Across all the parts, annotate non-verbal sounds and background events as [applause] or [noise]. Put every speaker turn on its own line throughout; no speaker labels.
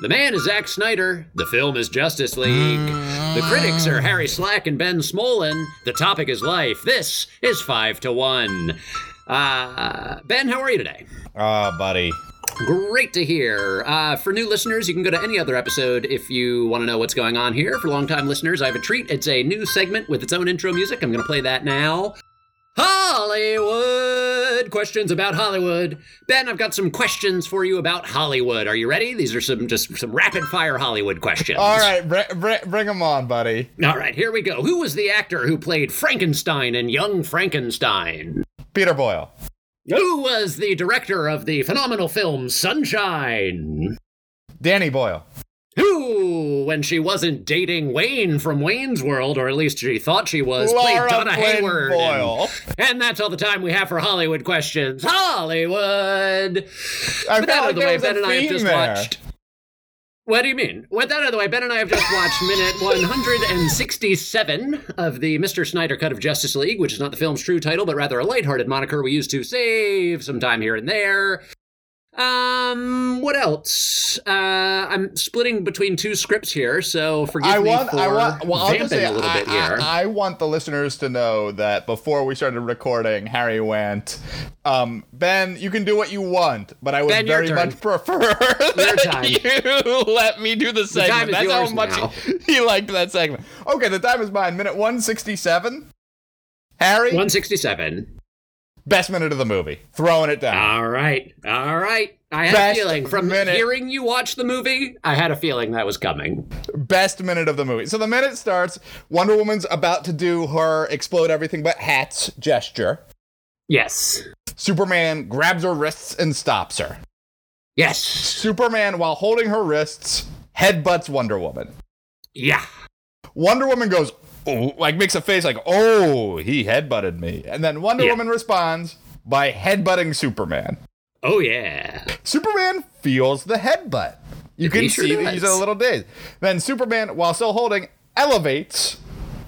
The man is Zack Snyder. The film is Justice League. The critics are Harry Slack and Ben Smolin. The topic is life. This is five to one. Uh, ben, how are you today?
Ah, buddy.
Great to hear. Uh, for new listeners, you can go to any other episode if you want to know what's going on here. For longtime listeners, I have a treat. It's a new segment with its own intro music. I'm going to play that now. Hollywood! Questions about Hollywood. Ben, I've got some questions for you about Hollywood. Are you ready? These are some just some rapid fire Hollywood questions.
All right, br- br- bring them on, buddy.
All right, here we go. Who was the actor who played Frankenstein in Young Frankenstein?
Peter Boyle.
Who was the director of the phenomenal film Sunshine?
Danny Boyle.
Who, when she wasn't dating Wayne from Wayne's World, or at least she thought she was,
Laura
played Donna
Flynn
Hayward. and-
Boyle.
And, that's all the time we have for Hollywood questions. Hollywood!
I
With
felt
that out
like
of the
there
way,
was a
Ben and I have
theme
just
there.
watched. What do you mean? With that out of the way, Ben and I have just watched minute 167 of the Mr. Snyder Cut of Justice League, which is not the film's true title, but rather a lighthearted moniker we use to save some time here and there. Um, what else? Uh, I'm splitting between two scripts here, so forgive
I
me
want,
for
I want, well, I'll
vamping
just say,
a little
I,
bit here.
I, I want the listeners to know that before we started recording, Harry went, um, Ben, you can do what you want, but I would
Ben, your
very
turn.
much prefer that
time.
you [laughs] let me do the segment.
time is
That's
yours
how much
now.
he, [laughs] he liked that segment. Okay, the time is mine. Minute 167. Harry,
167.
best minute of the movie. Throwing it down.
All right, all right. I had
Best
a feeling from
minute.
hearing you watch the movie. I had a feeling that was coming.
best minute of the movie. So the minute starts, Wonder Woman's about to do her explode everything but hats gesture.
Yes,
Superman grabs her wrists and stops her.
yes,
Superman, while holding her wrists, headbutts Wonder Woman.
yeah.
Wonder Woman goes, oh, like makes a face like, oh, he headbutted me. And then Wonder
Yeah.
Woman responds by headbutting Superman.
Oh yeah.
Superman feels the headbutt. You can
He sure
see
does.
that he's a little dazed. Then Superman, while still holding, elevates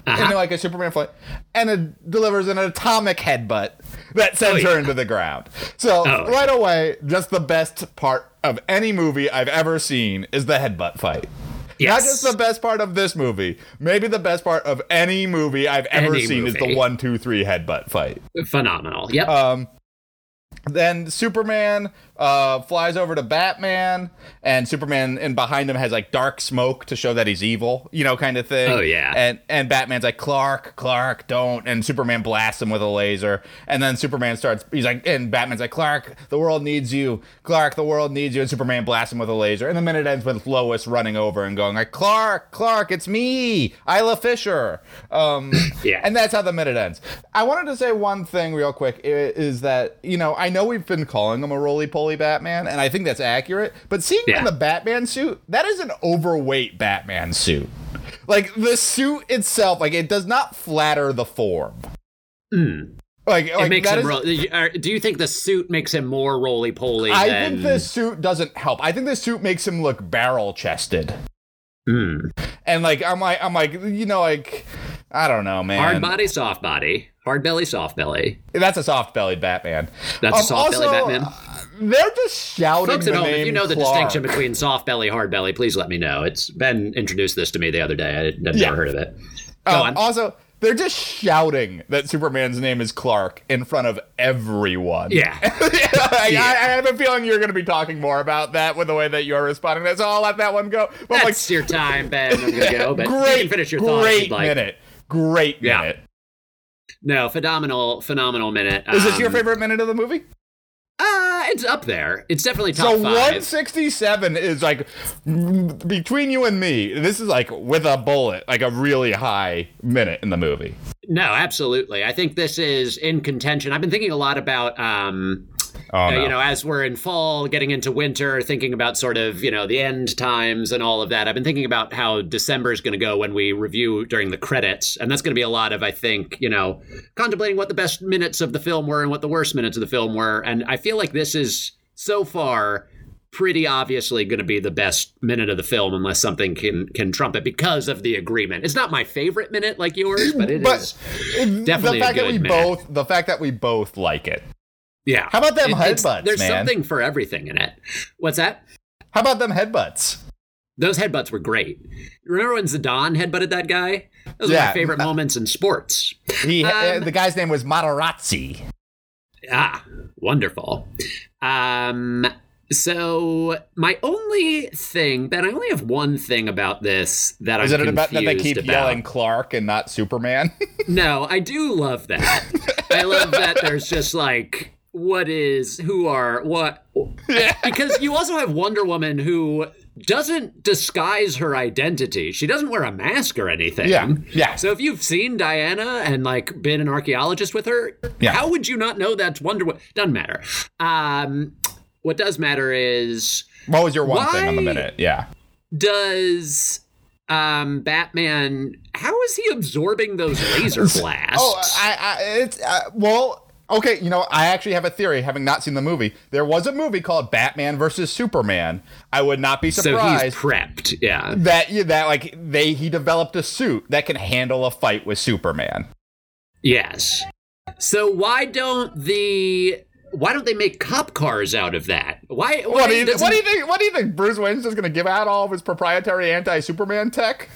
Uh-huh.
into like a Superman flight and it delivers an atomic headbutt that
Oh,
sends
yeah.
her into the ground. So
Oh,
right away, just the best part of any movie I've ever seen is the headbutt fight. Not
Yes.
just the best part of this movie, maybe the best part of any movie I've ever
Any
seen is the
movie.
one, two, three headbutt fight.
Phenomenal. Yep.
Um, then Superman uh, flies over to Batman, and Superman and behind him has like dark smoke to show that he's evil, you know, kind of thing.
Oh, yeah.
And and Batman's like Clark, Clark, don't. And Superman blasts him with a laser, and then Superman starts. He's like, and Batman's like Clark, the world needs you, Clark, the world needs you. And Superman blasts him with a laser, and the minute ends with Lois running over and going like Clark, Clark, it's me, Isla Fisher. Um,
[coughs] Yeah.
And that's how the minute ends. I wanted to say one thing real quick i- is that, you know, I know we've been calling him a roly poly Batman, and I think that's accurate, but seeing him in
Yeah.
the Batman suit, that is an overweight Batman suit. Like, the suit itself, like, it does not flatter the form.
Mm.
Like,
it
like,
makes
that
him.
is-
ro- uh, do you think the suit makes him more roly poly?
I
than...
think this suit doesn't help. I think this suit makes him look barrel chested.
Mm.
And, like, I'm like, I'm like, you know, like, I don't know, man.
hard body, soft body, hard belly, soft belly.
That's a soft bellied Batman. Um,
That's a soft-bellied Batman.
uh, They're just shouting
Folks
the
at home,
name
if you know the
Clark.
distinction between soft belly, hard belly, please let me know. It's Ben introduced this to me the other day. I would
Yeah.
never heard of
[laughs]
it. Go
Um,
on.
Also, they're just shouting that Superman's name is Clark in front of everyone.
Yeah.
[laughs] I,
Yeah.
I, I have a feeling you're going to be talking more about that with the way that you're responding. That's so I'll let that one go. But
[laughs]
I'm
That's your time, Ben. I'm gonna go, but
like,
you
great,
can finish your thoughts. if
great
you'd like.
minute, great
Yeah.
minute.
No, phenomenal, phenomenal minute.
Is this your
Um,
favorite minute of the movie?
Uh, it's up there. It's definitely top
So
five.
167 is like mm, between you and me. This is like with a bullet, like a really high minute in the movie.
No, absolutely. I think this is in contention. I've been thinking a lot about. Um,
Oh,
uh,
no.
You know, as we're in fall, getting into winter, thinking about sort of, you know, the end times and all of that. I've been thinking about how December is going to go when we review during the credits. And that's going to be a lot of, I think, you know, contemplating what the best minutes of the film were and what the worst minutes of the film were. And I feel like this is so far pretty obviously going to be the best minute of the film unless something can can trump it because of the agreement. It's not my favorite minute like yours, but it is.
But
Definitely
the
a
fact that
good
we
minute.
both the fact that we both like it.
Yeah.
How about them
It- it's-
headbutts,
There's
man?
something for everything in it. What's that?
How about them headbutts?
Those headbutts were great. Remember when Zidane headbutted that guy? Those were
Yeah.
my favorite moments in sports.
He, uh,
Um,
the guy's name was Materazzi.
Ah, wonderful. Um, so my only thing, Ben, I only have one thing about this that
Is
I'm
it about that they
confused
keep
about.
yelling Clark and not Superman? [laughs]
No, I do love that. I love that there's just like what is who are what because you also have Wonder Woman who doesn't disguise her identity. She doesn't wear a mask or anything.
Yeah, yeah.
So if you've seen Diana and like been an archaeologist with her,
Yeah.
how would you not know that's Wonder Woman? Doesn't matter. Um, what does matter is
what was your one thing on the
Why-
minute? Yeah.
does um Batman how is he absorbing those laser blasts?
[laughs] Oh, I, I it's uh, well, okay. You know, I actually have a theory, having not seen the movie. There was a movie called Batman versus Superman. I would not be
so he's
surprised
prepped. Yeah.
that yeah, that like they he developed a suit that can handle a fight with Superman.
Yes. So why don't the why don't they make cop cars out of that? Why?
What do,
why
you,
doesn't-
what do you think? What do you think? Bruce Wayne's just gonna give out all of his proprietary anti-Superman tech?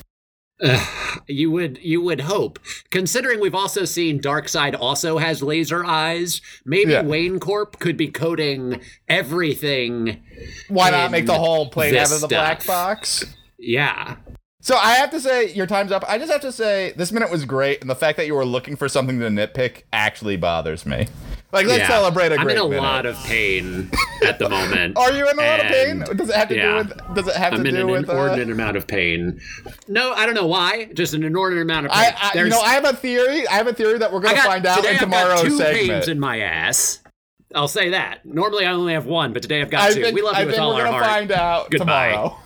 You would you would hope, considering we've also seen Darkseid also has laser eyes. Maybe
Yeah.
Wayne Corp could be coding everything.
Why not make the
In
whole plane out
this
of the black
stuff.
box?
Yeah.
So I have to say, your time's up. I just have to say, this minute was great, and the fact that you were looking for something to nitpick actually bothers me. Like, let's
yeah.
celebrate a
I'm
great
in a
minute.
lot of pain at the moment.
[laughs] Are you in a lot of pain?
And-
Does it have to
yeah.
do with? Does it have
I'm
to
in
do
an
with? Uh,
inordinate amount of pain. No, I don't know why. Just an inordinate amount of pain.
I, I you
There's-
know I have a theory. I have a theory that we're gonna find out
today
in
I've got
tomorrow's
two
segment.
pains in my ass. I'll say that. Normally I only have one, but today I've got
I
two.
think,
we love you
I
with
think
all
we're
our
gonna
heart.
find out
Goodbye.
tomorrow.